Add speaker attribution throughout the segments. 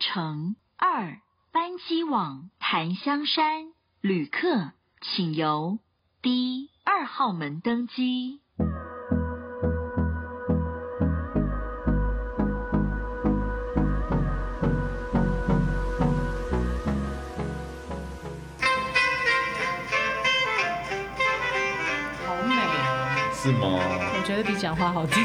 Speaker 1: 乘二班机往檀香山，旅客请由 D 二号门登机。
Speaker 2: 好美啊！
Speaker 3: 是吗？
Speaker 2: 我觉得比讲话好听。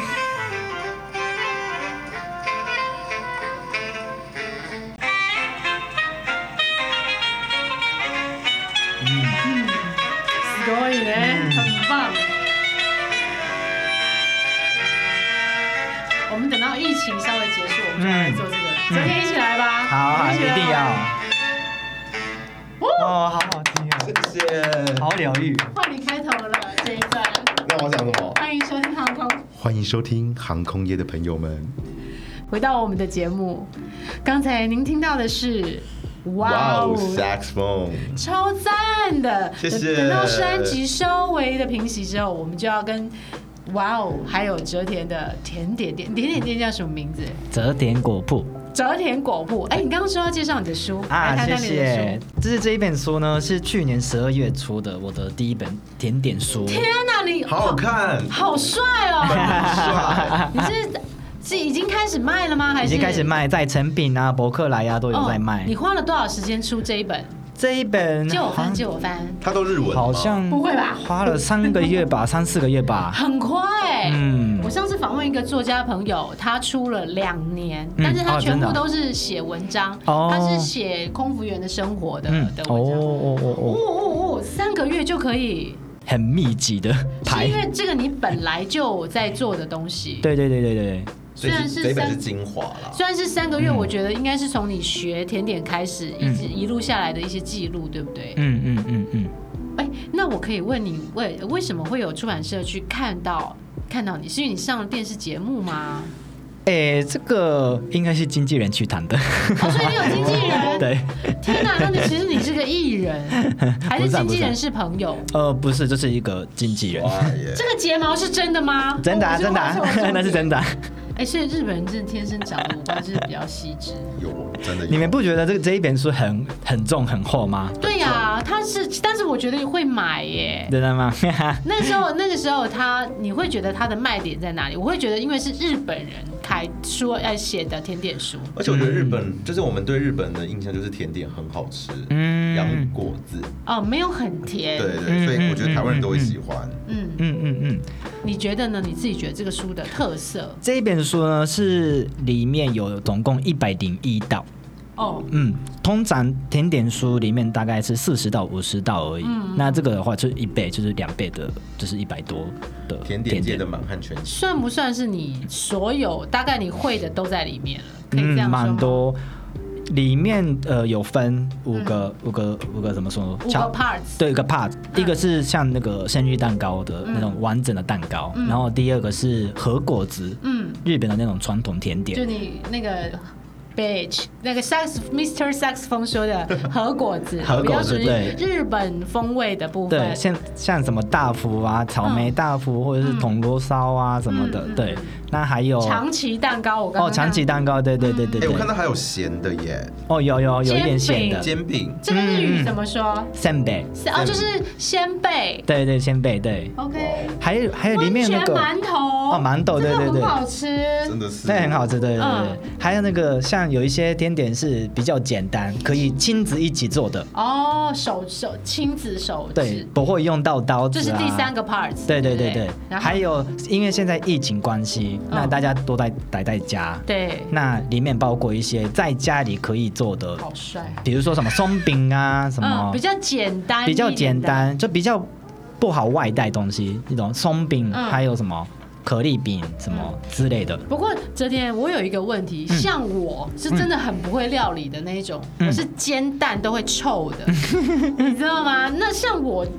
Speaker 2: すごいね，很棒。我们等到疫情稍微结束，我们就来做这个。
Speaker 4: 嗯
Speaker 2: 昨天一起来吧。
Speaker 4: 好好，
Speaker 2: 一
Speaker 4: 一
Speaker 2: 起来吧
Speaker 4: 定要。
Speaker 2: 哦，
Speaker 4: 哦，好好听啊，
Speaker 3: 谢谢。
Speaker 4: 好疗愈。
Speaker 2: 换你开头了这一段，
Speaker 3: 那我讲什么？
Speaker 2: 欢迎收听航空。
Speaker 3: 欢迎收听航空业的朋友们。
Speaker 2: 回到我们的节目，刚才您听到的是，哇
Speaker 3: 哇
Speaker 2: 哦
Speaker 3: 哦，，saxophone，
Speaker 4: 哦
Speaker 2: 超赞的！
Speaker 3: 谢谢
Speaker 2: 等到升级稍微的平息之后，我们就要跟哇哦，还有折田的甜点店，甜点店叫什么名字？
Speaker 4: 折点果铺
Speaker 2: 折田果铺。哎，你刚刚说要介绍你的书，
Speaker 4: 啊，
Speaker 2: 来
Speaker 4: 谢
Speaker 2: 谈谈你的
Speaker 4: 谢
Speaker 2: 书。。
Speaker 4: 就是这一本书呢，是去年十二月出的，我的第一本甜点书。
Speaker 2: 天哪，你
Speaker 3: 好好，看，
Speaker 2: 好帅哦！
Speaker 3: 帅。
Speaker 2: 你是是已经开始卖了吗？还
Speaker 4: 已
Speaker 2: 是哦
Speaker 4: 经开始？卖，在成品啊、博客来啊都有在卖。
Speaker 2: 你花了多少时间出这一本？
Speaker 4: 这一本
Speaker 2: 借我翻，借我翻。
Speaker 3: 他都日文吗
Speaker 4: 好像
Speaker 2: 不会吧
Speaker 4: 花了三个月吧，三四个月吧。
Speaker 2: 很快。
Speaker 4: 嗯
Speaker 2: 我上次访问一个作家朋友，他出了两年，
Speaker 4: 嗯
Speaker 2: 但是他
Speaker 4: 哦
Speaker 2: 全
Speaker 4: 真的
Speaker 2: 部
Speaker 4: 啊
Speaker 2: 都是写文章，
Speaker 4: 哦
Speaker 2: 他是写空服员的生活 的、
Speaker 4: 嗯
Speaker 2: 的，
Speaker 4: 哦
Speaker 2: 文章。哦
Speaker 4: 哦哦哦，
Speaker 2: 哦哦，三个月就可以，
Speaker 4: 很密集的
Speaker 2: 是
Speaker 4: 排
Speaker 2: 因。为这个你本来就在做的东西。，
Speaker 4: 对对对对对，
Speaker 3: 所
Speaker 2: 虽
Speaker 3: 以
Speaker 2: 然是
Speaker 3: 这一本是
Speaker 2: 三
Speaker 3: 精华啦。
Speaker 2: 虽然是三个
Speaker 4: 嗯
Speaker 2: 月，我觉得应该是从你学甜点开始，一直一路下来的一些记录，对不对？
Speaker 4: 嗯嗯嗯嗯。
Speaker 2: 哎、那我可以问你，为为什么会有出版社去看到看到你？是因为你上了电视节目吗？
Speaker 4: 哎，这个应该是经纪人去谈 的。
Speaker 2: 哦，所以你有经纪人。
Speaker 4: 对，
Speaker 2: 天哪，那你其实你是个艺人， 还
Speaker 4: 啊
Speaker 2: 是经纪人是朋友？
Speaker 4: 呃，不是，就是一个经纪人。
Speaker 3: 哇耶！
Speaker 2: 这个睫毛是真的吗？
Speaker 4: 真的、
Speaker 2: 哦
Speaker 4: 啊，
Speaker 2: 我觉得
Speaker 4: 真的、
Speaker 2: 我好像有
Speaker 4: 啊，那是真的啊、
Speaker 2: 哎，所以日本人真的天生长得五官就是比较细致。
Speaker 3: 有真的有
Speaker 4: 你们不觉得这这一本书很很重很厚吗？
Speaker 2: 对呀、他是，但是我觉得会买耶。
Speaker 4: 真的吗？
Speaker 2: 那时候，那个时候他，你会觉得他的卖点在哪里？我会觉得，因为是日本人开说哎写的甜点书，
Speaker 3: 而且我觉得日本就是我们对日本的印象就是甜点很好吃，
Speaker 4: 嗯
Speaker 3: 洋果子，
Speaker 2: 哦，没有很甜。
Speaker 3: 对对，
Speaker 4: 嗯
Speaker 3: 所以我觉得台湾人都会喜欢。
Speaker 2: 嗯，
Speaker 4: 嗯嗯嗯，
Speaker 2: 你觉得呢？你自己觉得这个书的特色？
Speaker 4: 这一本书呢是里面有总共一百零一道，
Speaker 2: 哦，
Speaker 4: 嗯，通常甜点书里面大概是四十到五十道而已，
Speaker 2: 嗯
Speaker 4: 那这个的话就是一倍，就是两倍的，就是一百多的
Speaker 3: 甜点界的满汉全席，
Speaker 2: 算不算是你所有大概你会的都在里面了？可以这样
Speaker 4: 嗯，
Speaker 2: 说吗
Speaker 4: 蛮多。里面呃有分五个、五个五个怎么说？
Speaker 2: 嗯五个 parts 嗯
Speaker 4: 对，一个 part，、一个是像那个生日蛋糕的那种完整的蛋糕，然后第二个是和果子，
Speaker 2: 嗯，
Speaker 4: 日本的那种传统甜
Speaker 2: 就
Speaker 4: 点。
Speaker 2: 你那个 beige 那个 sax Mr. sax 风说的和果子，
Speaker 4: 和
Speaker 2: 比较
Speaker 4: 果
Speaker 2: 属
Speaker 4: 子
Speaker 2: 于
Speaker 4: 对
Speaker 2: 日本风味的部
Speaker 4: 对，
Speaker 2: 分。
Speaker 4: 像像什么大福啊、草莓大福，或者是铜锣烧啊什么的。
Speaker 2: 嗯嗯嗯嗯
Speaker 4: 对，那还有
Speaker 2: 长崎蛋糕，我刚刚
Speaker 4: 哦长崎
Speaker 2: 看
Speaker 4: 蛋糕，对对对对
Speaker 3: 哎，
Speaker 4: 对
Speaker 3: 我。看到还有咸的耶，
Speaker 4: 哦，有有有一点
Speaker 2: 煎饼
Speaker 4: 咸的，
Speaker 3: 煎饼。
Speaker 2: 这个日语
Speaker 4: 嗯嗯
Speaker 2: 怎么说？
Speaker 4: 扇贝，
Speaker 2: 是哦，就是鲜贝。
Speaker 4: 对对鲜贝，对，
Speaker 2: OK，
Speaker 4: 还有还有哦哎里面那个
Speaker 2: 温泉馒头
Speaker 4: 哦馒头对
Speaker 2: 这个
Speaker 4: 对对
Speaker 2: 很好吃。
Speaker 3: 真的是，
Speaker 4: 那很好吃，对对对。
Speaker 2: 嗯
Speaker 4: 还有那个像有一些甜点是比较简单，可以亲子一起做的，
Speaker 2: 哦，手手亲子手
Speaker 4: 对
Speaker 2: 指，，
Speaker 4: 不会用到刀子、
Speaker 2: 这
Speaker 4: 啊。
Speaker 2: 是第三。个 part。
Speaker 4: 对对
Speaker 2: 对
Speaker 4: 对
Speaker 2: 不
Speaker 4: 对，
Speaker 2: 然后
Speaker 4: 还有因为现在疫情关系，
Speaker 2: 嗯
Speaker 4: 那大家都在待在家，
Speaker 2: 对，
Speaker 4: 那里面包括一些在家里可以做的，
Speaker 2: 好帅。
Speaker 4: 比如说什么松饼啊，什么、
Speaker 2: 嗯，比较简单，
Speaker 4: 比较简。单，就比较不好外带东西，那种松饼，
Speaker 2: 嗯
Speaker 4: 还有什么可丽饼什么之类的。
Speaker 2: 不过哲天，我有一个问题，
Speaker 4: 嗯
Speaker 2: 像我是真的很不会料理的那一种，我是煎蛋都会臭的， 你知道吗？那像我
Speaker 4: 嗯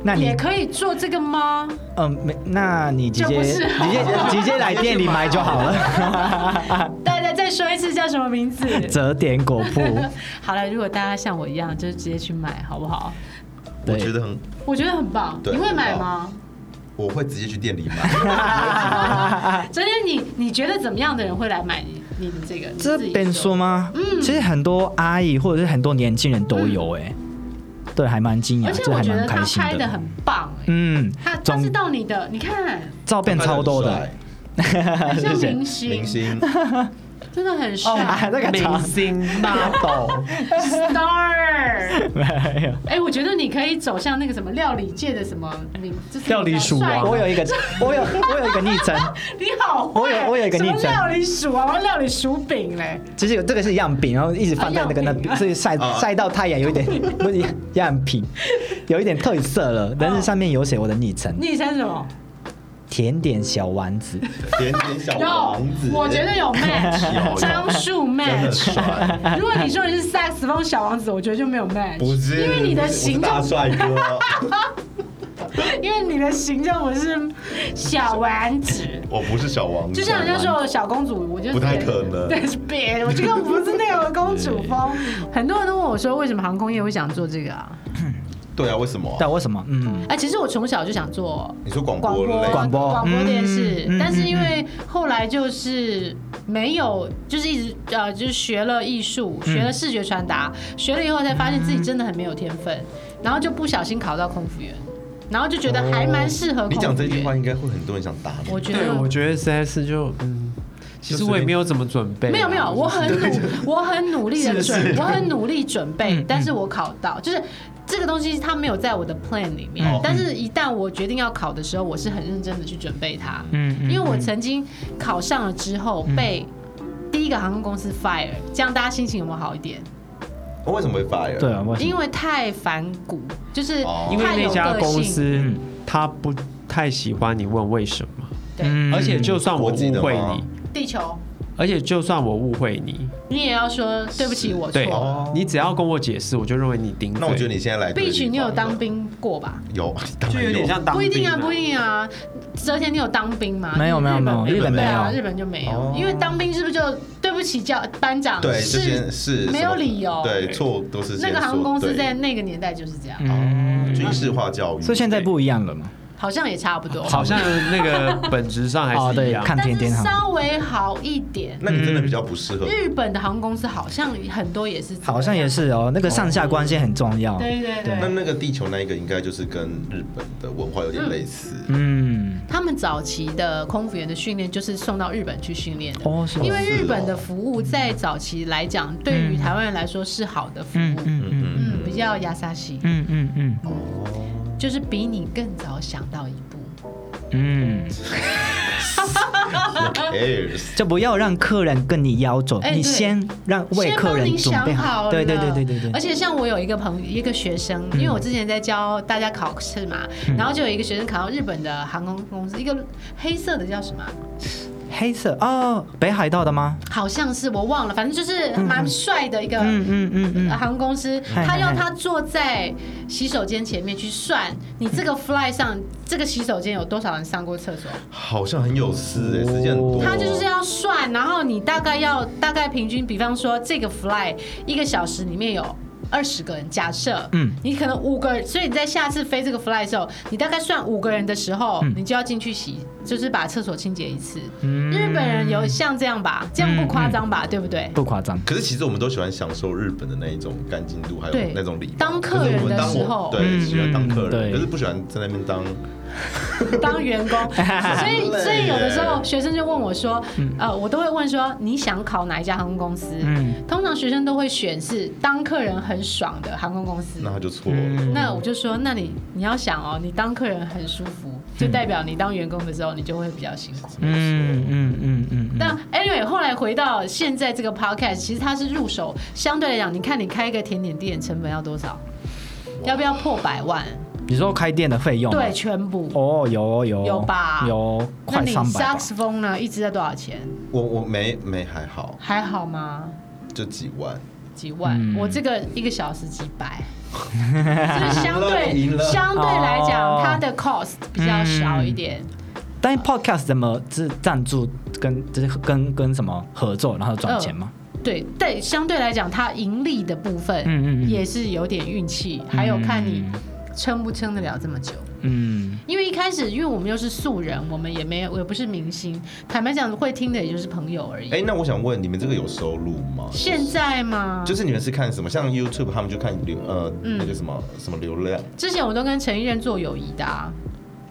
Speaker 4: 那你
Speaker 2: 也可以做这个吗？
Speaker 4: 嗯，没，那你直
Speaker 2: 就不
Speaker 4: 接
Speaker 2: 是
Speaker 4: 直接直接来店里买就 好了。
Speaker 2: 大家再说一次叫什么名字？
Speaker 4: 折点果铺，
Speaker 2: 好了，如果大家像我一样，就直接去买好不好？
Speaker 3: 我
Speaker 4: 对
Speaker 3: 觉得很
Speaker 2: 我觉得很棒，
Speaker 3: 对
Speaker 2: 你会买吗？
Speaker 3: 我会直接去店里 买。
Speaker 2: 所以你你觉得怎么样的人会来买你你的这个？你
Speaker 4: 这
Speaker 2: 自己嗯
Speaker 4: 边说吗？其实很多阿姨或者是很多年轻人都有哎、对，还蛮惊
Speaker 2: 嗯而
Speaker 4: 讶，
Speaker 2: 且
Speaker 4: 啊这
Speaker 2: 我
Speaker 4: 还
Speaker 2: 觉得
Speaker 4: 蛮
Speaker 2: 他
Speaker 4: 开心
Speaker 2: 拍的
Speaker 4: 的。
Speaker 2: 很棒哎、
Speaker 4: 嗯，
Speaker 2: 他他知
Speaker 4: 总
Speaker 2: 道你的，你看
Speaker 4: 照片超多的，
Speaker 2: 很像
Speaker 4: 谢谢
Speaker 2: 明星，
Speaker 3: 明星，
Speaker 2: 真的很帅、
Speaker 4: 啊那个
Speaker 5: 明星 model，
Speaker 2: s t a r
Speaker 4: 没有。
Speaker 2: 哎、我觉得 你可以走向那个什么料理界的什么名，就是
Speaker 5: 料理鼠王
Speaker 2: 帅哥
Speaker 4: 我有一个，我有我有一个昵称，
Speaker 2: 你好会，
Speaker 4: 我有我有一个
Speaker 2: 什么
Speaker 4: 逆转
Speaker 2: 料理鼠啊，我料理鼠饼嘞，
Speaker 4: 就是有这个是样品，然后一直放在那个
Speaker 2: 啊
Speaker 4: 那
Speaker 2: 样品，
Speaker 4: 所以晒
Speaker 3: 啊
Speaker 4: 晒到太阳有一点不是样品，有一点褪色了，但是上面有写我的昵称
Speaker 2: 昵称什么？
Speaker 4: “甜点小丸子
Speaker 3: 甜点小
Speaker 2: 有
Speaker 3: 哦王子，，
Speaker 2: 我觉得有 match，
Speaker 3: 有
Speaker 2: 张树
Speaker 3: 真的
Speaker 2: match。
Speaker 3: 帅，
Speaker 2: 如果你说你是萨克斯风小王子，我觉得就没有 match，
Speaker 3: 不是
Speaker 2: 因为你的形
Speaker 3: 我是
Speaker 2: 就
Speaker 3: 大 帅哥，
Speaker 2: 因为你的形象不是小丸子，
Speaker 3: 我不是小王子，
Speaker 2: 就像人家说小公主，我就
Speaker 3: 不太可 能
Speaker 2: 对，别，我这个不是那个公主 风。很多人都问我说，为什么航空业会想做这个啊？
Speaker 3: 对啊，为什么”，啊？
Speaker 4: 但为什么？嗯，
Speaker 2: 哎，其实我从小就想做
Speaker 3: 你说广
Speaker 2: 广
Speaker 3: 播
Speaker 2: 播
Speaker 3: 类，
Speaker 4: 广播
Speaker 2: 广播电视，
Speaker 4: 嗯嗯
Speaker 2: 但是因为后来就是没有，就是一直呃，就是学了艺术，学了视觉传达，学了以后才发现自己真的很没有天分，然后就不小心考到空服员，然后就觉得还蛮适合空服员。
Speaker 3: 嗯你讲这句话，应该会很多人想打你。
Speaker 2: 我觉
Speaker 5: 对，
Speaker 2: 得
Speaker 5: 我觉得 CS 就嗯，其实我也没有怎么准备啊，
Speaker 2: 没有没有，我很努， 我很努力的准，我很努力准备
Speaker 4: 嗯，
Speaker 2: 但是我考到，就是这个东西它没有在我的 plan 里面
Speaker 3: 哦，
Speaker 2: 但是一旦我决定要考的时候，我是很认真的去准备它，
Speaker 4: 嗯嗯
Speaker 2: 因为我曾经考上了之后被第一个航空公司 fire，这样大家心情有没有好一点？
Speaker 3: 我为什么会发呀？
Speaker 4: 对啊，为什么
Speaker 2: 因为太反骨，就是
Speaker 3: 哦
Speaker 5: 因为
Speaker 2: 太有
Speaker 5: 那家
Speaker 2: 个
Speaker 5: 公
Speaker 2: 性，
Speaker 5: 司
Speaker 4: 嗯
Speaker 5: 他不太喜欢你问为什么，
Speaker 4: 嗯
Speaker 2: 对，
Speaker 5: 嗯而且就算我
Speaker 3: 国际
Speaker 5: 误
Speaker 3: 的
Speaker 5: 会
Speaker 3: 吗
Speaker 5: 你，
Speaker 2: 地球，
Speaker 5: 而且就算我误会你，
Speaker 2: 你也要说对不起，我错
Speaker 5: 对
Speaker 2: 了。
Speaker 3: 哦
Speaker 5: 你只要跟我解释，我就认为你顶嘴。
Speaker 3: 那我觉得你现在来对的
Speaker 2: b
Speaker 3: 地
Speaker 2: i
Speaker 3: 方了，
Speaker 2: 你有当兵过吧？
Speaker 3: 有，当
Speaker 5: 就
Speaker 3: 然
Speaker 5: 有点像当
Speaker 2: 不一定
Speaker 5: 兵
Speaker 2: 啊，不一定啊。哲田，你有当兵吗？
Speaker 4: 没有没有
Speaker 2: 日本
Speaker 4: 没有日本
Speaker 2: 对啊，
Speaker 4: 没有
Speaker 2: 日本就没有
Speaker 3: 哦，
Speaker 2: 因为当兵是不是就对不起教班长？
Speaker 3: 对，这
Speaker 2: 是
Speaker 3: 件事
Speaker 2: 没有理由
Speaker 3: 对，错都是
Speaker 2: 那个航空公司在嗯
Speaker 3: 在
Speaker 2: 那个年代就是这样，
Speaker 4: 嗯
Speaker 3: 军事化教育，
Speaker 4: 所以现在不一样了嘛？
Speaker 2: 好像也差不多，
Speaker 5: 好像那个本质上还
Speaker 4: 哦，
Speaker 5: 是一
Speaker 4: 对，
Speaker 5: 样。
Speaker 4: 看
Speaker 2: 但
Speaker 4: 甜
Speaker 2: 是
Speaker 4: 点好，
Speaker 2: 稍微好一嗯点。
Speaker 3: 那你真的比较不适合。
Speaker 2: 日本的航空公司好像很多也是这样，
Speaker 4: 好像也是哦，那个上下关系很重要。
Speaker 2: 对对
Speaker 4: 对
Speaker 2: 对
Speaker 3: 那。那个地球那一个应该就是跟日本的文化有点类似，
Speaker 4: 嗯，
Speaker 2: 他们早期的空服员的训练就是送到日本去训练的，
Speaker 4: 哦，是哦
Speaker 2: 因为日本的服务在早期来讲，对于台湾人来说是好的服
Speaker 4: 嗯
Speaker 2: 务，
Speaker 4: 嗯嗯
Speaker 2: 嗯，比较亚萨西，
Speaker 4: 嗯嗯嗯
Speaker 2: 就是比你更早想到一步。
Speaker 4: 嗯，
Speaker 3: 哎，
Speaker 4: 就不要让客人跟你要走，
Speaker 2: 哎对
Speaker 4: 你先让为
Speaker 2: 先
Speaker 4: 客
Speaker 2: 帮
Speaker 4: 人
Speaker 2: 你
Speaker 4: 准
Speaker 2: 想
Speaker 4: 备
Speaker 2: 好了，
Speaker 4: 对对对对对嗯
Speaker 2: 而
Speaker 4: 对，
Speaker 2: 且像我有一个朋一个学生，因为我之前在教大家考试嘛，
Speaker 4: 嗯
Speaker 2: 然后就有一个学生考到日本的航空公司，一个黑色的叫什么啊？
Speaker 4: 黑色哦，北海道的吗？
Speaker 2: 好像是我忘了，反正就是蛮帅的一个。
Speaker 4: 嗯嗯嗯嗯，
Speaker 2: 航空公司，
Speaker 4: 嗨
Speaker 2: 他要他坐在洗手间前面去算，你这个 fly 上这个洗手间有多少人上过厕所？
Speaker 3: 好像很有诗哎，时间很多。
Speaker 2: 他就是要算，然后你大概要大概平均，比方说这个 fly 一个小时里面有。二十个人，假设，
Speaker 4: 嗯
Speaker 2: 嗯，你可能五个人，所以你在下次飞这个 fly 的时候，你大概算五个人的时候，你就要进去洗，就是把厕所清洁一次。日本人有像这样吧，这样不夸张吧，对不对？
Speaker 4: 不夸张。
Speaker 3: 可是其实我们都喜欢享受日本的那一种干净度，还有
Speaker 2: 对
Speaker 3: 那种礼貌。
Speaker 2: 当客人的
Speaker 3: 可是我们当我
Speaker 2: 时候
Speaker 3: 对，
Speaker 4: 嗯
Speaker 3: 喜欢当客
Speaker 4: 嗯对
Speaker 3: 人，可是不喜欢在那边当。
Speaker 2: 当员 工，所以所以有的时候学生就问我说，呃，我都会问说你想考哪一家航空公司？
Speaker 4: 嗯
Speaker 2: 通常学生都会选是当客人很爽的航空公司。
Speaker 4: 嗯
Speaker 3: 那他就错了。
Speaker 2: 那我就说，那你你要想哦，你当客人很舒服，就代表你当员工的时候，你就会比较辛苦。
Speaker 4: 嗯嗯嗯嗯嗯，
Speaker 2: 但 anyway，后来回到现在这个 podcast，其实它是入手相对来讲，你看你开一个甜点店成本要多少？要不要破百万？
Speaker 4: 你说开店的费用吗
Speaker 2: 对，，全部。
Speaker 4: 哦，有哦有哦
Speaker 2: 有吧
Speaker 4: 有
Speaker 2: 那
Speaker 4: 快
Speaker 2: 你
Speaker 4: 三百
Speaker 2: sax 风呢？一支要多少钱？
Speaker 3: 我我没没还好，
Speaker 2: 还好吗？
Speaker 3: 就几万。
Speaker 2: 几万？
Speaker 4: 嗯
Speaker 2: 我这个一个小时几 百，就是相
Speaker 3: 赢
Speaker 2: 对
Speaker 3: 了
Speaker 2: 相对来讲
Speaker 4: 哦，嗯
Speaker 2: 它的 cost 比较小一点。
Speaker 4: 但 podcast 怎么是赞助跟就是跟跟什么合作，然后赚钱吗？
Speaker 2: 对对，相对来讲，它盈利的部分，
Speaker 4: 嗯嗯嗯
Speaker 2: 也是有点运气，还有看你撑不撑得了这么久。
Speaker 4: 嗯，
Speaker 2: 因为一开始，因为我们又是素人，我们也没有，也不是明星。坦白讲，会听的也就是朋友而已。
Speaker 3: 哎，那我想问，你们这个有收入吗？
Speaker 2: 现在嘛，
Speaker 3: 就是你们是看什么？像 YouTube 他们就看流呃、
Speaker 2: 嗯
Speaker 3: 那个什么什么流量，
Speaker 2: 之前我都跟陈奕迅做友谊的、啊，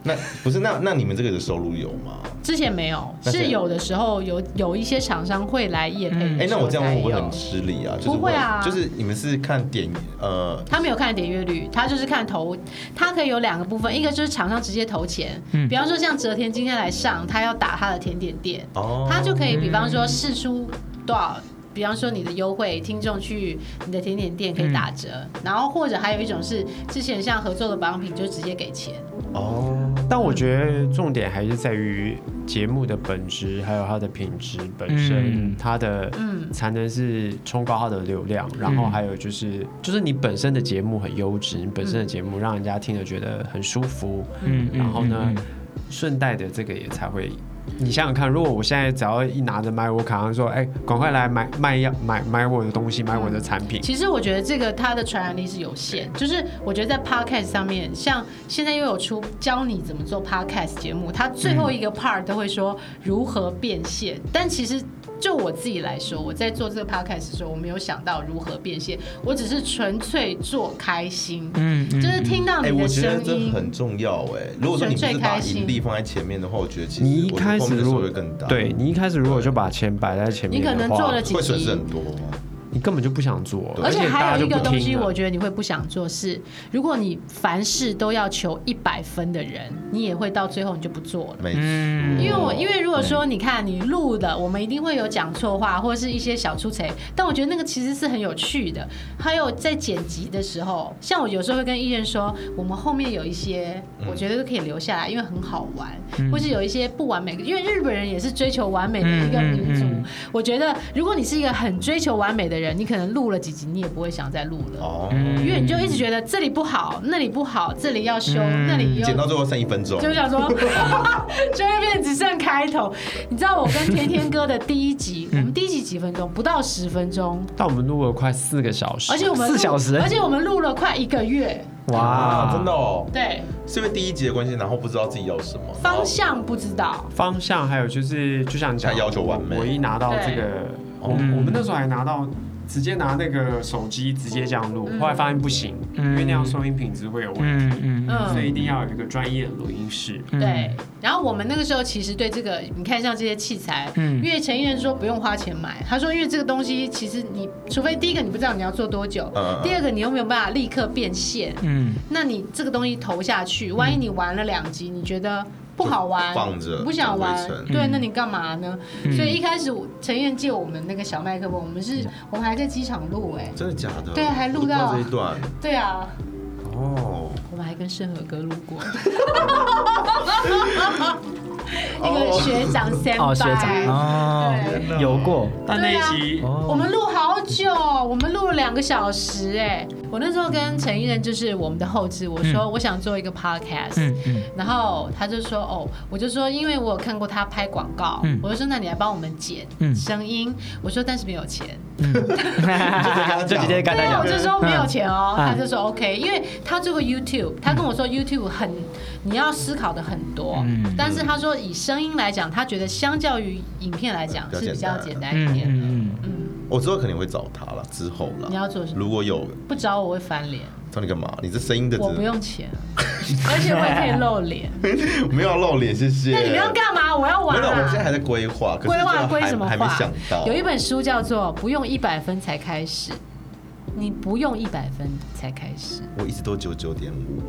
Speaker 3: 那不是那那你们这个的收入有吗？
Speaker 2: 之前没有，
Speaker 3: 那现在
Speaker 2: 是有的时候有有一些厂商会来夜配。
Speaker 3: 哎、那我这样问会不会很
Speaker 2: 嗯有
Speaker 3: 吃力啊？就是
Speaker 2: 不会啊
Speaker 3: 就是你们是看点呃，
Speaker 2: 他没有看点阅率，他就是看投，他可以有两个部分，一个就是厂商直接投钱，比方说像哲天今天来上，他要打他的甜点店，
Speaker 3: 哦，
Speaker 2: 他就可以比方说试出多少。比方说你的优惠，听众去你的甜点店可以打折，然后或者还有一种是之前像合作的保养品就直接给钱，
Speaker 3: 哦，
Speaker 5: 但
Speaker 2: 嗯
Speaker 5: 我觉得重点还是在于节目的本质，还有它的品质本身，
Speaker 4: 嗯
Speaker 5: 它的
Speaker 2: 嗯
Speaker 5: 才能是冲高它的流量，然后还有就是
Speaker 4: 嗯
Speaker 5: 就是你本身的节目很优质，你本身的节目让人家听了觉得很舒服，
Speaker 4: 嗯
Speaker 5: 然后呢
Speaker 4: 嗯嗯，
Speaker 5: 顺带的这个也才会。你想想看，如果我现在只要一拿着麦，我卡上说，哎、赶快来买卖要买买我的东西，买我的产品，
Speaker 2: 其实我觉得这个它的传染力是有限，就是我觉得在 podcast 上面，像现在又有出教你怎么做 podcast 节目，它最后
Speaker 4: 嗯
Speaker 2: 一个 part 都会说如何变现，但其实。就我自己来说，我在做这个 podcast 的时候，我没有想到如何变现，我只是纯粹做开心，
Speaker 4: 嗯嗯
Speaker 2: 就是听到
Speaker 3: 哎、
Speaker 2: 你
Speaker 3: 我
Speaker 2: 的
Speaker 3: 觉得
Speaker 2: 声
Speaker 3: 这
Speaker 2: 音，
Speaker 3: 很重要哎、如果说你不是
Speaker 2: 纯粹
Speaker 3: 把
Speaker 2: 开心
Speaker 3: 盈利放在前面的话，我觉得其实
Speaker 5: 你一
Speaker 3: 我
Speaker 5: 开
Speaker 3: 后面
Speaker 5: 始
Speaker 3: 的
Speaker 5: 如
Speaker 3: 收
Speaker 5: 果
Speaker 3: 入会更大，
Speaker 5: 对，你一开始如果就把钱摆在前面
Speaker 2: 你
Speaker 5: 的
Speaker 2: 可
Speaker 5: 话，
Speaker 2: 能做了几
Speaker 3: 会损失
Speaker 2: 集
Speaker 3: 很，多吗？
Speaker 5: 你根本就不想做，
Speaker 2: 而且
Speaker 5: 大
Speaker 2: 还
Speaker 5: 家
Speaker 2: 有
Speaker 5: 就
Speaker 2: 一个
Speaker 5: 不
Speaker 2: 东西，
Speaker 5: 听了
Speaker 2: 我觉得你会不想做是，如果你凡事都要求一百分的人，你也会到最后你就不做了。
Speaker 3: 没错，
Speaker 4: 嗯
Speaker 2: 因为我因为如果说你看你录的，我们一定会有讲错话或者是一些小出彩，但我觉得那个其实是很有趣的。还有在剪辑的时候，像我有时候会跟艺人说，我们后面有一些
Speaker 4: 嗯
Speaker 2: 我觉得都可以留下来，因为很好玩，或是有一些不完美，因为日本人也是追求完美的一个
Speaker 4: 嗯嗯
Speaker 2: 民族。
Speaker 4: 嗯
Speaker 2: 我觉得如果你是一个很追求完美的人，你可能录了几集，你也不会想再录了。
Speaker 3: 哦，
Speaker 5: 嗯
Speaker 2: 因为你就一直
Speaker 4: 嗯
Speaker 2: 觉得这里不好，那里不好，这里要修，那里又
Speaker 3: 剪到最后剩一分钟，
Speaker 2: 就想说，就会变只剩开头。你知道我跟天天哥的第一集，我们第一集几分钟，不到十分钟，
Speaker 5: 但我们录了快四个小时，
Speaker 2: 而且我们录
Speaker 4: 四小时
Speaker 2: 而且我们录了快一个月，
Speaker 5: 哇啊
Speaker 3: 哇，，真的哦，
Speaker 2: 对，
Speaker 3: 是因为第一集的关系，然后不知道自己要什么
Speaker 2: 方，向不知道。
Speaker 5: 方向还有就是，就像你讲
Speaker 3: 他要求完美哦
Speaker 5: 我一拿到这个，我
Speaker 4: 嗯
Speaker 5: 我们那时候还拿到直接拿那个手机直接这样录，后来发现不行，因
Speaker 4: 嗯
Speaker 5: 为那样收音品质会有问题，
Speaker 4: 嗯嗯
Speaker 5: 所以
Speaker 2: 嗯，
Speaker 5: 一定要有一个专业的录音室。
Speaker 2: 对。啊然后我们那个时候其实对这个，你看像这些器材，
Speaker 4: 嗯
Speaker 2: 因为陈艺人说不用花钱买，他说因为这个东西其实你除非第一个你不知道你要做多久
Speaker 3: 嗯嗯，嗯
Speaker 2: 第二个你又没有办法立刻变现，
Speaker 4: 嗯
Speaker 2: 那你这个东西投下去，万一你玩了两集，你觉得不好玩，
Speaker 3: 就放着
Speaker 2: 不想玩
Speaker 3: 长灰，尘
Speaker 2: 对，
Speaker 4: 嗯
Speaker 2: 那你干嘛呢？所以一开始我陈燕借我们那个小麦克风，我们是，我们还在机场录，哎，
Speaker 3: 真的假的？
Speaker 2: 对还录
Speaker 3: 我都不知道
Speaker 2: 到
Speaker 3: 这一段
Speaker 2: 对啊，
Speaker 3: 哦。
Speaker 2: 我们还跟盛和哥录过， 一个学长先
Speaker 4: 哦，学
Speaker 2: 拜
Speaker 4: 长，哦
Speaker 2: 对，
Speaker 4: 有过，
Speaker 5: 但那一期，
Speaker 2: 我们录好久，我们录了两个小时哎、我那时候跟陈艺人就是我们的后置，我说我想做一个 podcast，、
Speaker 4: 嗯 嗯
Speaker 2: 然后他就说哦，我就说因为我有看过他拍广告，
Speaker 4: 嗯
Speaker 2: 我就说那你来帮我们剪
Speaker 4: 嗯
Speaker 2: 声音，我说但是没有钱，
Speaker 4: 嗯，就直接跟
Speaker 2: 对
Speaker 4: 他
Speaker 2: 啊，
Speaker 4: 讲
Speaker 2: 我，就说没有钱哦，
Speaker 4: 嗯
Speaker 2: 他就说 OK，因为他做过 YouTube，他跟我说 YouTube 很你要思考的很多，
Speaker 4: 嗯
Speaker 2: 但是他说以声音来讲，他觉得相较于影片来讲
Speaker 3: 比较
Speaker 2: 是比
Speaker 3: 简
Speaker 2: 较
Speaker 3: 单
Speaker 2: 简单一
Speaker 4: 嗯
Speaker 2: 点的，
Speaker 4: 嗯
Speaker 2: 嗯，
Speaker 3: 我之后肯定会找他了，之后了。
Speaker 2: 你要做什么
Speaker 3: 如果有
Speaker 2: 不找我会翻脸。
Speaker 3: 找你干嘛？你这声音的
Speaker 2: 我不用钱，而且我也可以露脸。
Speaker 3: 没有露脸，谢谢。
Speaker 2: 那你们要干嘛？我要
Speaker 3: 没
Speaker 2: 玩
Speaker 3: 有，我们现在还
Speaker 2: 啊！
Speaker 3: 在规划，可是
Speaker 2: 规
Speaker 3: 就
Speaker 2: 划
Speaker 3: 还
Speaker 2: 归什么
Speaker 3: 还没
Speaker 2: 划
Speaker 3: 想到。？
Speaker 2: 有一本书叫做《不用一百分才开始》，你不用一百分才开始。
Speaker 3: 我一直都九九点 五。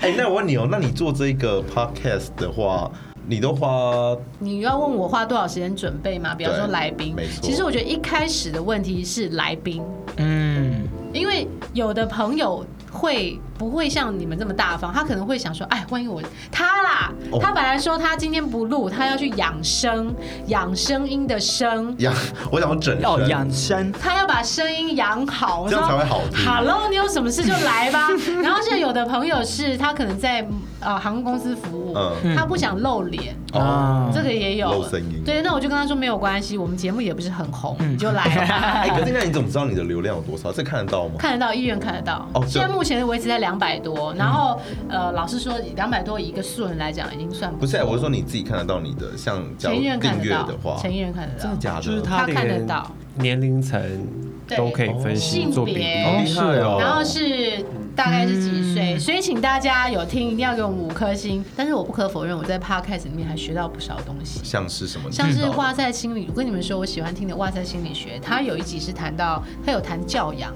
Speaker 3: 哎、那我问你哦，那你做这个 podcast 的话，你都花
Speaker 2: 你要问我花多少时间准备吗？比方说
Speaker 3: 对
Speaker 2: 来宾
Speaker 3: 没，错
Speaker 2: 其实我觉得一开始的问题是来宾，
Speaker 4: 嗯
Speaker 2: 因为有的朋友会不会像你们这么大方？他可能会想说，哎，万一我他啦
Speaker 3: 哦，
Speaker 2: 他本来说他今天不录，他要去养生，养声音的声，
Speaker 3: 养， 我想要整
Speaker 4: 要
Speaker 3: 身
Speaker 4: 哦养生，
Speaker 2: 他要把声音养好，
Speaker 3: 这样
Speaker 2: 然后
Speaker 3: 才会好听
Speaker 2: Hello，你有什么事就来 吧。然后现在有的朋友是他可能在呃航空公司服务，
Speaker 3: 嗯
Speaker 2: 他不想露脸。
Speaker 4: 啊
Speaker 2: 这个也有
Speaker 3: 露声音
Speaker 2: 对，那我就跟他说没有关系，我们节目也不是很红，
Speaker 3: 嗯
Speaker 2: 你就来
Speaker 3: 哎、
Speaker 2: 吧。
Speaker 3: 可是那你怎么知道你的流量有多少？这看得到吗？
Speaker 2: 看得到，医院看得到
Speaker 3: 哦。嗯
Speaker 2: 现在
Speaker 3: 这
Speaker 2: 目前维持在两百多，然后呃，老实说，两百多以一个素人来讲已经算
Speaker 3: 不是、哎
Speaker 2: 错
Speaker 3: 我是说你自己看得到你的，像假如
Speaker 2: 前医院看
Speaker 3: 订
Speaker 2: 得
Speaker 3: 阅
Speaker 2: 到
Speaker 3: 的话，
Speaker 2: 前医院看得到
Speaker 3: 真的，假的？
Speaker 5: 就是
Speaker 2: 他看得
Speaker 5: 连
Speaker 2: 到
Speaker 5: 年龄层
Speaker 2: 对
Speaker 5: 都可以分析
Speaker 2: 性
Speaker 5: 做比
Speaker 2: 别
Speaker 5: 例。
Speaker 3: 好厉害哦！嗯
Speaker 2: 然后是大概是几岁，所以请大家有听一定要给我们五颗星。但是我不可否认，我在 podcast 里面还学到不少东西。
Speaker 3: 像是什么？
Speaker 2: 像是
Speaker 3: 哇，
Speaker 2: 哇塞心理，我跟你们说，我喜欢听的哇塞心理学，它有一集是谈到，它有谈教养，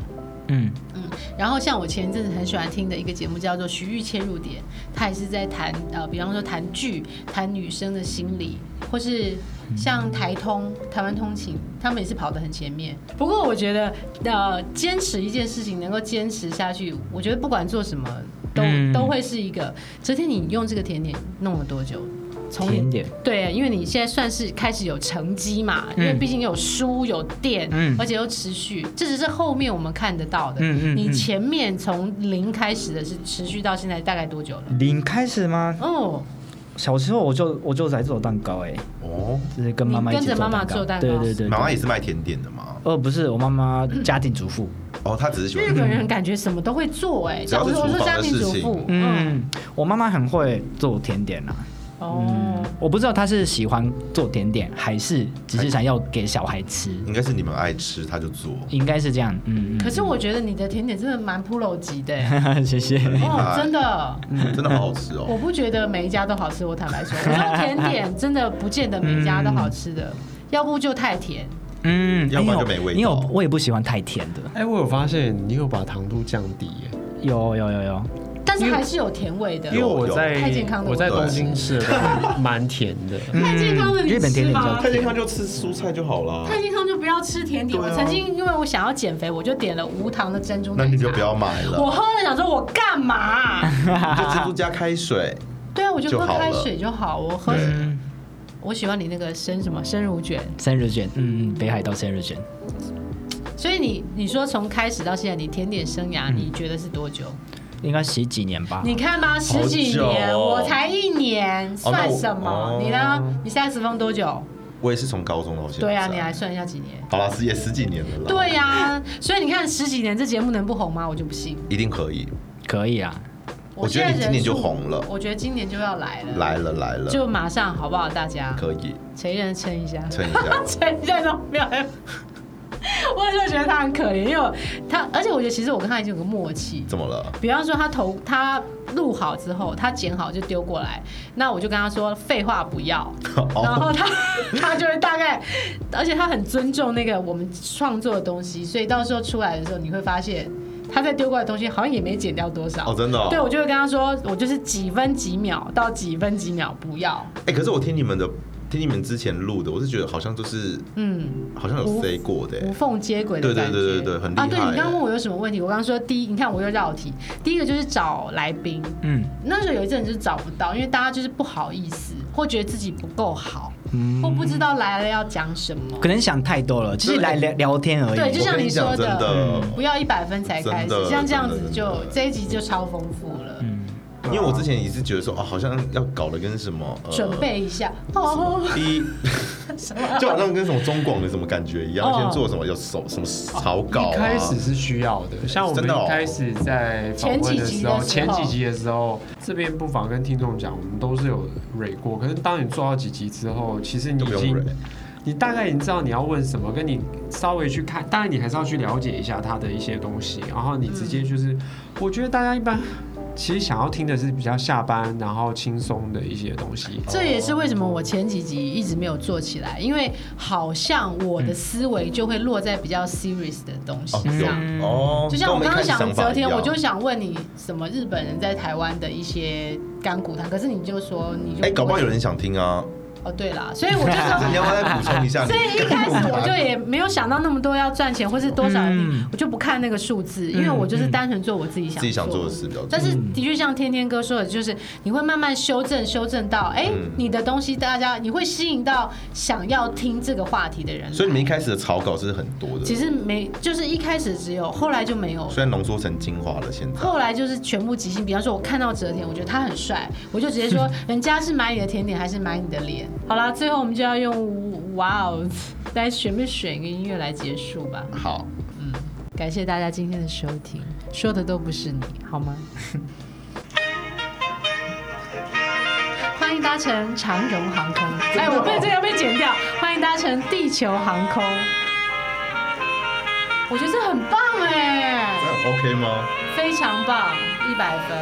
Speaker 4: 嗯，
Speaker 2: 嗯，然后像我前一阵子很喜欢听的一个节目叫做《徐玉切入点》，他也是在谈呃，比方说谈剧、谈女生的心理，或是像台通、台湾通勤，他们也是跑得很前面。不过我觉得呃，坚持一件事情能够坚持下去，我觉得不管做什么都、
Speaker 4: 嗯
Speaker 2: 都会是一个。哲天，你用这个甜点弄了多久？从
Speaker 4: 甜点
Speaker 2: 对，因为你现在算是开始有成绩嘛，因为
Speaker 4: 嗯
Speaker 2: 毕竟有书有店，
Speaker 4: 嗯
Speaker 2: 而且又持续，这只是后面我们看得到的。
Speaker 4: 嗯嗯
Speaker 2: 你
Speaker 4: 嗯
Speaker 2: 前面从零开始的是持续到现在大概多久了？
Speaker 4: 零开始吗？
Speaker 2: 哦，
Speaker 4: 小时候我就我就来做蛋糕，哎，
Speaker 3: 哦，
Speaker 4: 就是跟妈妈一起
Speaker 2: 你跟着妈妈
Speaker 4: 做
Speaker 2: 做
Speaker 4: 蛋
Speaker 2: 蛋
Speaker 4: 糕，
Speaker 2: 糕嗯
Speaker 4: 对对对对，
Speaker 3: 妈妈也是卖甜点的嘛？
Speaker 4: 哦，不是，我妈妈家庭主妇。
Speaker 3: 哦，她只是喜欢
Speaker 2: 日
Speaker 4: 嗯
Speaker 2: 本人感觉什么都会做哎、
Speaker 3: 只要是
Speaker 2: 我说我说
Speaker 3: 厨房
Speaker 2: 家
Speaker 3: 的
Speaker 2: 庭主
Speaker 3: 事情
Speaker 2: 妇，嗯，
Speaker 4: 嗯，我妈妈很会做甜点啊。
Speaker 2: 哦，
Speaker 4: 我不知道她是喜欢做甜点，还是只是想要给小孩吃，
Speaker 3: 应该是你们爱吃，她就做。
Speaker 4: 应该是这样。嗯，
Speaker 2: 可是我觉得你的甜点真的蛮 pro 级的、 哎
Speaker 4: 谢谢。啊
Speaker 2: 哦，真的，
Speaker 3: 真的好好吃哦
Speaker 2: 我！不觉得每一家都好吃，我坦白 说，我觉得甜点真的不见得每一家都好吃的，要不就太甜，
Speaker 4: 嗯，
Speaker 3: 要不然
Speaker 4: 哎
Speaker 3: 就没味
Speaker 4: 你有
Speaker 3: 道
Speaker 4: 我也不喜欢太甜的。
Speaker 5: 哎、我有发现你有把糖度降低耶，
Speaker 4: 有有有有，
Speaker 2: 但是还是有甜味的
Speaker 5: 因。为我在
Speaker 2: 太健康了
Speaker 5: 我在
Speaker 3: 哦对
Speaker 5: 东京吃 的都蛮甜的。
Speaker 2: 太健康了，
Speaker 4: 嗯
Speaker 2: 你
Speaker 4: 日本甜
Speaker 2: 吃
Speaker 4: 点
Speaker 2: 吗？
Speaker 4: 比
Speaker 3: 太健康就吃蔬菜就好啦。
Speaker 2: 太健康就不要吃甜点。
Speaker 3: 对啊
Speaker 2: 我曾经因为我想要减肥，我就点了无糖的珍珠奶
Speaker 3: 那
Speaker 2: 茶。
Speaker 3: 你就不要买
Speaker 2: 我
Speaker 3: 了，
Speaker 2: 后来想说，我干嘛 啊、
Speaker 3: 就珍珠加开水。
Speaker 2: 对啊，我就
Speaker 3: 就
Speaker 2: 喝
Speaker 3: 好
Speaker 2: 开
Speaker 3: 了
Speaker 2: 水就好。我喝，
Speaker 3: 对，
Speaker 4: 嗯，
Speaker 2: 我喜欢你那个生什么生乳卷。
Speaker 4: 生日卷，嗯，嗯北海道生日卷，
Speaker 2: 所以你你说从开始到现在，你甜点生
Speaker 3: 嗯
Speaker 2: 涯你觉得是多久？
Speaker 4: 应该十几年吧。
Speaker 2: 你看吧，十几
Speaker 3: 久
Speaker 2: 年，
Speaker 3: 哦
Speaker 2: 我才一年，
Speaker 3: 哦那
Speaker 2: 算
Speaker 3: 我
Speaker 2: 什么
Speaker 3: 哦？
Speaker 2: 你呢？你三十分多久？
Speaker 3: 我也是从高中到现在。
Speaker 2: 对啊，你来算一下几年。
Speaker 3: 好啦，十也十几年了啦。
Speaker 2: 对，呀、所以你看十几年这节目能不红吗？我就不信。
Speaker 3: 一定可以。
Speaker 4: 可以啊，
Speaker 2: 我
Speaker 3: 我觉得
Speaker 2: 现
Speaker 3: 你
Speaker 2: 在
Speaker 3: 今
Speaker 2: 人
Speaker 3: 年就
Speaker 2: 数
Speaker 3: 红了
Speaker 2: 我觉得今年就要来了。
Speaker 3: 来了来了，
Speaker 2: 就马上好不好？大家
Speaker 3: 可以
Speaker 2: 谁认撑一下，。
Speaker 3: 撑一下
Speaker 2: 撑一下都没有。 我有时候觉得他很可怜，因为我他，而且我觉得其实我跟他已经有个默契。
Speaker 3: 怎么了？
Speaker 2: 比方说他投他录好之后，他剪好就丢过来，那我就跟他说废话不要，
Speaker 3: 哦
Speaker 2: 然后他 他就会大概，而且他很尊重那个我们创作的东西，所以到时候出来的时候你会发现。他在丢过来的东西好像也没减掉多少
Speaker 3: 哦真的哦
Speaker 2: 对我就会跟他说，我就是几分几秒到几分几秒不要，
Speaker 3: 哎，可是我听你们的，听你们之前录的，我是觉得好像就是
Speaker 2: 嗯，
Speaker 3: 好像有
Speaker 2: 无
Speaker 3: say 过的
Speaker 2: 无
Speaker 3: 欸。
Speaker 2: 缝接轨的
Speaker 3: 对对
Speaker 2: 感觉。
Speaker 3: 对对对很厉害
Speaker 2: 啊！对你刚刚
Speaker 3: 耶
Speaker 2: 问我有什么问题，我刚刚说第一，你看我又绕题。第一个就是找来宾，
Speaker 4: 嗯
Speaker 2: 那时候有一阵子就是找不到，因为大家就是不好意思，或觉得自己不够好，
Speaker 4: 嗯，
Speaker 2: 或不知道来了要讲什么。
Speaker 4: 可能想太多了，只是
Speaker 3: 对
Speaker 4: 来聊聊天而已。
Speaker 2: 对就像
Speaker 3: 我跟
Speaker 2: 你说
Speaker 3: 讲真
Speaker 2: 的
Speaker 3: 的，
Speaker 2: 不要一百分才开
Speaker 3: 真
Speaker 2: 始，
Speaker 3: 的
Speaker 2: 像这样
Speaker 3: 真
Speaker 2: 子
Speaker 3: 的
Speaker 2: 就
Speaker 3: 真的
Speaker 2: 这一集就超丰富了。
Speaker 4: 嗯，
Speaker 3: 欸因为我之前也是觉得说，哦，好像要搞得跟什么呃
Speaker 2: 准备一下哦，
Speaker 3: 第一，
Speaker 2: 什么？
Speaker 3: 就好像跟什么中广的什么感觉一样，
Speaker 2: 哦
Speaker 3: 先做什么有手什么草稿
Speaker 5: 一
Speaker 3: 啊
Speaker 5: 开，始是需要的，像我们
Speaker 3: 真的哦
Speaker 5: 一开始在访问的时候，前几集的时候，这边不妨跟听众讲，我们都是有蕊过。可是当你做到几集之后，其实你
Speaker 3: 都
Speaker 5: 已
Speaker 3: 不用
Speaker 5: 经
Speaker 3: 忍。
Speaker 5: 你大概已经知道你要问什么，跟你稍微去看，当然你还是要去了解一下他的一些东西，然后你直接就是，我觉得大家一般其实想要听的是比较下班然后轻松的一些东西。
Speaker 2: 这也是为什么我前几集一直没有做起来，因为好像我的思维就会落在比较 serious 的东西
Speaker 3: 嗯哦
Speaker 2: 上。
Speaker 3: 有哦，
Speaker 2: 就像我
Speaker 3: 跟
Speaker 2: 刚刚
Speaker 3: 一开始
Speaker 2: 想
Speaker 3: 想
Speaker 2: 昨
Speaker 3: 法一
Speaker 2: 天，
Speaker 3: 样
Speaker 2: 我就想问你什么日本人在台湾的一些干股汤，可是你就说你就
Speaker 3: 哎哎，搞不好有人想听啊，
Speaker 2: 哦，对啦，所以我就说
Speaker 3: 你要不要再补充一下？
Speaker 2: 所以一开始我就也没有想到那么多要赚钱或是多少人领，
Speaker 4: 嗯
Speaker 2: 我就不看那个数字，因为我就是单纯做我自己想
Speaker 3: 嗯自己想做的事比较多
Speaker 2: 但是的确像天天哥说的，就是你会慢慢修正，修正到哎、
Speaker 3: 嗯
Speaker 2: 你的东西大家你会吸引到想要听这个话题的人。
Speaker 3: 所以你们一开始的草稿是很多的，
Speaker 2: 其实没，就是一开始只有，后来就没有了。
Speaker 3: 虽然浓缩成精华了，现在
Speaker 2: 后来就是全部即兴，比方说，我看到哲田，我觉得他很帅，我就直接说， 人家是买你的甜点还是买你的脸？好啦，最后我们就要用哇哦来选不选一个音乐来结束吧。
Speaker 3: 好，
Speaker 2: 感谢大家今天的收听，说的都不是你，好 吗？欢迎搭乘长荣航空，哎，我被这个被剪掉。欢迎搭乘地球航空，我觉得这很棒
Speaker 3: 这
Speaker 2: 哎，
Speaker 3: 样 OK 吗？
Speaker 2: 非常棒，一百分。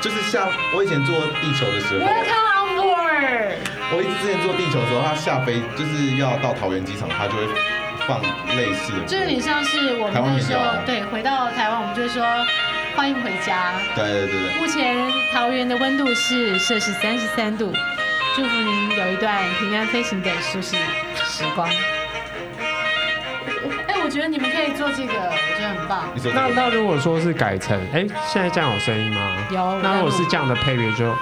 Speaker 3: 就是像我以前做地球的时候，
Speaker 2: Welcome on board。
Speaker 3: 我一直之前做地球的时候，他下飞就是要到桃园机场，他就会放类似的歌，
Speaker 2: 就有点像是我们
Speaker 3: 台湾啊
Speaker 2: 那
Speaker 3: 民
Speaker 2: 时
Speaker 3: 谣
Speaker 2: 候，对，回到台湾，我们就会说欢迎回家。
Speaker 3: 对对对对，
Speaker 2: 目前桃园的温度是摄氏三十三度，祝福您有一段平安飞行的舒适时光。哎、我觉得你们可以做这个，我觉得很棒。
Speaker 3: 你说
Speaker 5: 那
Speaker 3: 这个
Speaker 5: 那如果说是改成，哎、现在这样有声音吗？
Speaker 2: 有
Speaker 5: 那如果是这样的配乐，就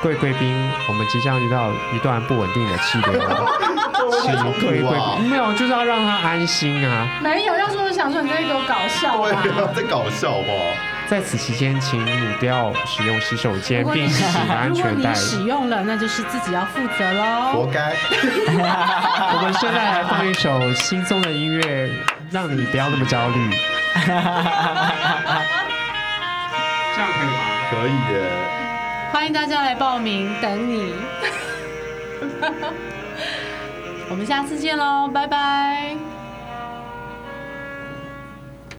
Speaker 5: 各位贵宾，我们即将遇到一段不稳定的气 流。请各位
Speaker 3: 辛苦
Speaker 5: 贵
Speaker 3: 啊
Speaker 5: 宾，没有，就是要让他安心啊。
Speaker 2: 没有，要说我想说，你在给我搞笑
Speaker 3: 对
Speaker 2: 啊
Speaker 3: 啊，！在搞笑好不好？
Speaker 5: 在此期间，请你不要使用洗手间
Speaker 2: 如，果
Speaker 5: 并
Speaker 2: 你
Speaker 5: 系
Speaker 2: 使
Speaker 5: 安
Speaker 2: 如果
Speaker 5: 全
Speaker 2: 你
Speaker 5: 带。
Speaker 2: 使用了，那就是自己要负责
Speaker 3: 活
Speaker 2: 喽。
Speaker 3: 该。
Speaker 5: 我们现在来放一首轻松的音乐，让你不要那么焦虑。这样可以吗？
Speaker 3: 可以耶，
Speaker 2: 欢迎大家来报名，等 你。我们下次见喽，拜拜。